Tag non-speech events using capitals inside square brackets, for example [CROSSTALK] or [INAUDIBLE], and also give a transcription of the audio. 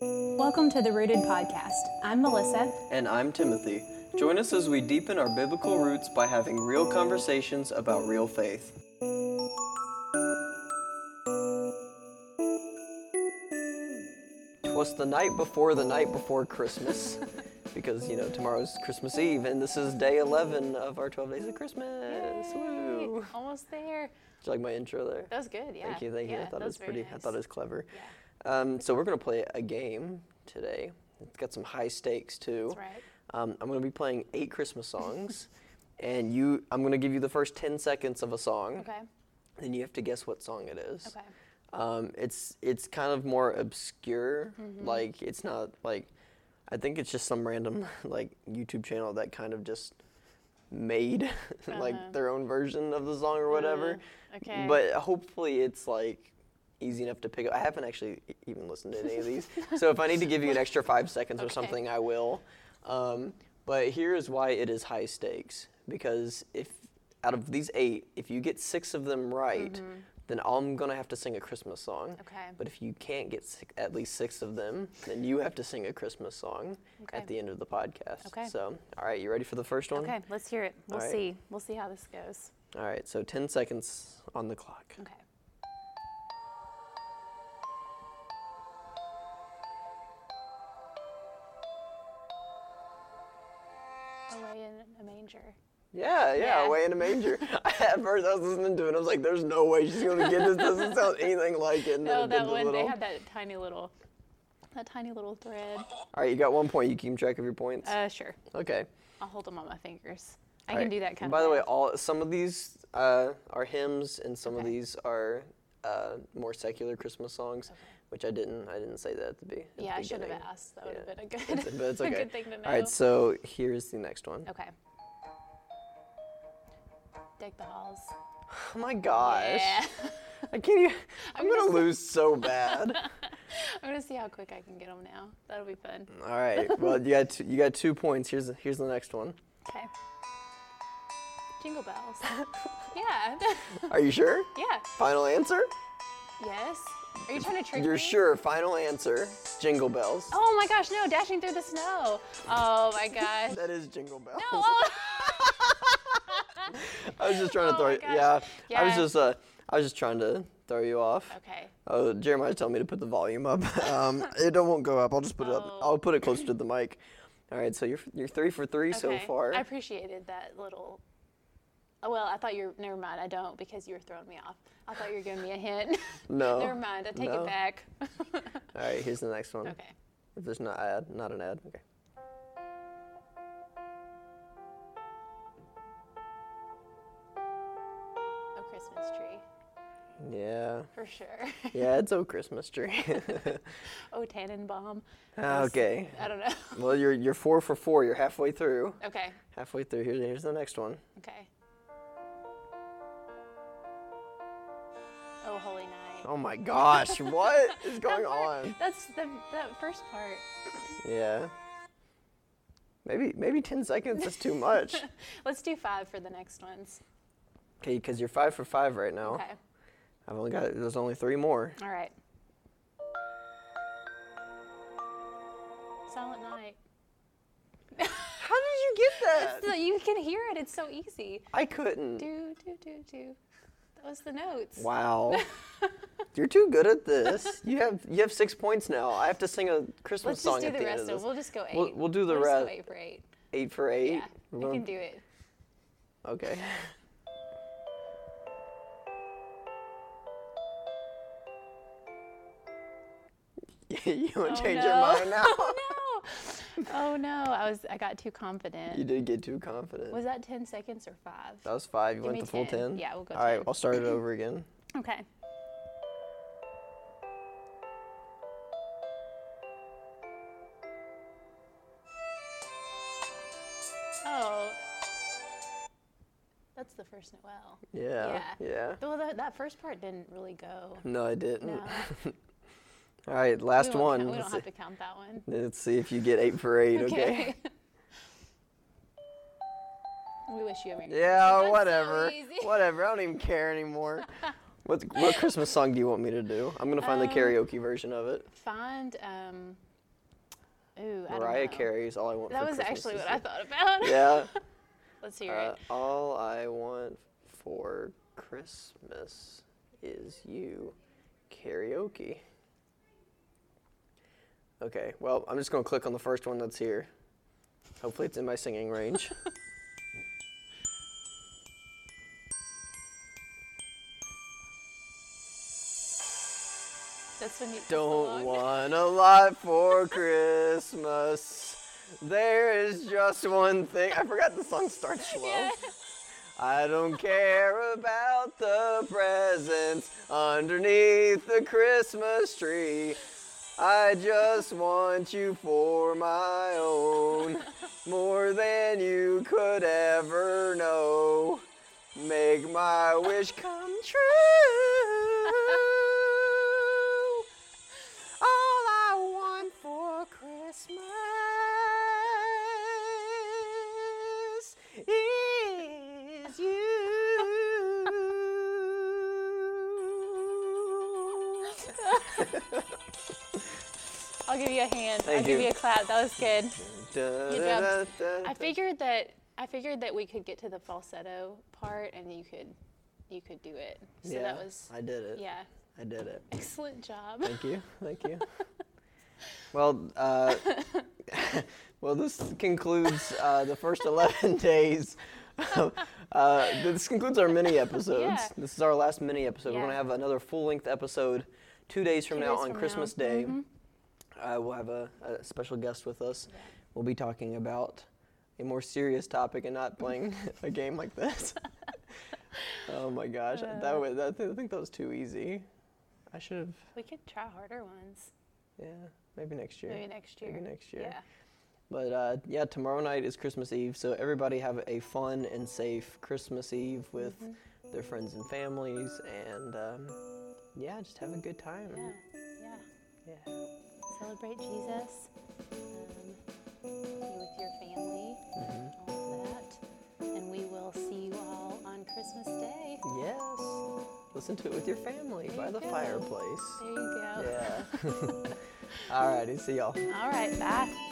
Welcome to the Rooted Podcast. I'm Melissa. And I'm Timothy. Join us as we deepen our biblical roots by having real conversations about real faith. Twas the night before the night before Christmas, [LAUGHS] because, you know, tomorrow's Christmas Eve, and this is day 11 of our 12 Days of Christmas. Yay, Uh, Woo! Did Almost there. you like my intro there? That was good. Yeah. Thank you, thank you. Yeah, I thought that it was very pretty. I nice. thought it was clever. Yeah, Um, so we're gonna play a game today. It's got some high stakes too. that's right. Um, I'm gonna be playing eight Christmas songs, [LAUGHS] and you, I'm gonna give you the first ten seconds of a song, Okay. and you have to guess what song it is. Okay. Um, it's it's kind of more obscure. Mm-hmm. Like it's not like, I think it's just some random [LAUGHS] like YouTube channel that kind of just made [LAUGHS] Uh-huh. like their own version of the song or whatever. Uh, okay. But [LAUGHS] hopefully it's like easy enough to pick up. I haven't actually e- even listened to any [LAUGHS] of these. so if I need to give you an extra five seconds or Okay. something, I will. Um, but here is why it is high stakes because if out of these eight, if you get six of them right, then I'm going to have to sing a Christmas song. Mm-hmm. Okay. But if you can't get six, at least six of them, then you have to sing a Christmas song Okay. at the end of the podcast. Okay. So, all right, you ready for the first one? okay. Let's hear it. We'll right. see. We'll see how this goes. All right, so 10 seconds on the clock. Okay. Away in a manger. Yeah, yeah, Yeah. away in a manger. [LAUGHS] At first, I was listening to it, and I was like, "There's no way she's gonna get [LAUGHS] this. Doesn't sound anything like it." And then No, it did Oh, that the one. little- They had that tiny little, that tiny little thread. All right, you got one point. You keep track of your points. Uh, sure. okay. I'll hold them on my fingers. I All can right. do that kind And By of. the way, math. all some of these uh, are hymns, and some of Okay. these are uh, more secular Christmas songs, which I didn't. I didn't say that at the, be- at the beginning. yeah, I should have asked. That would have Yeah. been a good, [LAUGHS] It's- but it's [LAUGHS] okay. a good thing to know. All right, so here's the next one. Okay. Deck the halls. Oh my gosh! Yeah. [LAUGHS] I can't. Even, I'm, I'm gonna just- lose so bad. [LAUGHS] I'm gonna see how quick I can get them now. That'll be fun. All right. Well, you got two, you got two points. Here's here's the next one. Okay. Jingle [LAUGHS] bells. yeah. [LAUGHS] Are you sure? yeah. Final answer? Yes. Are you trying to trick You're me? sure. Final answer. Jingle bells. Oh my gosh! No, dashing through the snow. Oh [LAUGHS] my gosh. [LAUGHS] That is jingle bells. No. Oh. I was just trying to oh throw my you. gosh. Yeah, I was Yeah. just uh I was just trying to throw you off. okay. Oh, Jeremiah told me to put the volume up. [LAUGHS] Um, it don't- won't go up. I'll just put it up. Oh. I'll put it closer to the mic. All right, so you're you're three for three so okay. far. I appreciated that little. Oh, well, I thought you were. Never mind. I don't because you were throwing me off. I thought you were giving me a hint. [LAUGHS] No, never mind. I take no. it back. [LAUGHS] All right, here's the next one. okay. If there's not ad, not an ad. Okay. A Christmas tree, Yeah, for sure. [LAUGHS] yeah, it's oh Christmas tree. [LAUGHS] oh, Tannenbaum. Yes. okay. I don't know. [LAUGHS] Well, you're you're four for four. You're halfway through. Okay. Halfway through. Here's here's the next one. Okay. Oh, holy night. Oh my gosh, [LAUGHS] what is going on? That's the that first part. Yeah. Maybe maybe ten seconds is too much. [LAUGHS] Let's do five for the next ones. Okay, because you're five for five right now. Okay. I've only got there's only three more. All right. Silent night. How did you get So you can hear it. It's so easy. [LAUGHS] I couldn't. Do do do do. That was the notes. [LAUGHS] Wow. You're too good at this. You have you have six points now. I have to sing a Christmas Let's song just do at the, the, rest end of. of this. We'll just go 8 We'll- we'll do the We'll just go rest. eight for eight. Eight for eight. Yeah, We're we going- can do it. Okay. [LAUGHS] you want to Oh, [LAUGHS] change your no. [LAUGHS] mind now? Oh no! Oh no! I was I got too confident. You did get too confident. Was that ten seconds or five? that was five. You Give went me the full 10. ten. Yeah, we'll go All right, 10. [LAUGHS] I'll start it over again. Okay. Oh, that's the first Noel. Yeah. Yeah. Yeah. Well, that, that first part didn't really go. No, I didn't. No. [LAUGHS] All right, We last won't one. count- we Let's don't have see, to count that one. let's see if you get eight for eight. [LAUGHS] [LAUGHS] Okay. we wish you a merry. Yeah, That's so whatever. easy. Whatever. I don't even [LAUGHS] care anymore. what what Um, Christmas song do you want me to do? I'm gonna find the karaoke version of it. Find um, Ooh, I don't Mariah know. Carey is all I want That for was Christmas. actually this what I year. thought about. [LAUGHS] Yeah. [LAUGHS] Let's hear Uh, it. all I want for Christmas is you. Karaoke. Okay, well, I'm just going to click on the first one that's here. Hopefully, it's in my [LAUGHS] singing range. That's when you that's the log. Don't want a lot for Christmas. There is just one thing. I forgot the song starts slow. I don't care about the presents underneath the Christmas tree. I just want you for my own, more than you could ever know. Make my wish come true. All I want for Christmas is you. [LAUGHS] [LAUGHS] I'll give you a hand. I'll Thank give you. you a clap. That was [LAUGHS] good. Da- da- da- I da- figured that I figured that we could get to the falsetto part and you could you could do it. So yeah, that was I did it. yeah. I did it. Excellent job. Thank you. Thank you. [LAUGHS] well, uh, [LAUGHS] well, this concludes uh, the first 11 [LAUGHS] days. of- uh, this concludes our mini episodes. Yeah. This is our last mini episode. We're going to Yeah. have another full length episode two days from Two now days on from now. Mm-hmm. Christmas Day. Uh, we'll have a, a special guest with us. We'll be talking about a more serious topic and not playing [LAUGHS] a game like this. [LAUGHS] oh my gosh, Uh. that was, that, I think that was too easy. I should have. We could try harder ones. Yeah, maybe next year. Maybe next year. Maybe next year. Yeah. But uh, yeah, tomorrow night is Christmas Eve, so everybody have a fun and safe Christmas Eve with Mm-hmm. their friends and families, and um, yeah, just have a good time. Yeah. Yeah. yeah. Celebrate Jesus. Um, be with your family. All of that. And we will see you all on Christmas Day. Yes. Listen to it with your family There by you the go. fireplace. There you go. [LAUGHS] [LAUGHS] Yeah. Alrighty, see y'all. All right. Bye.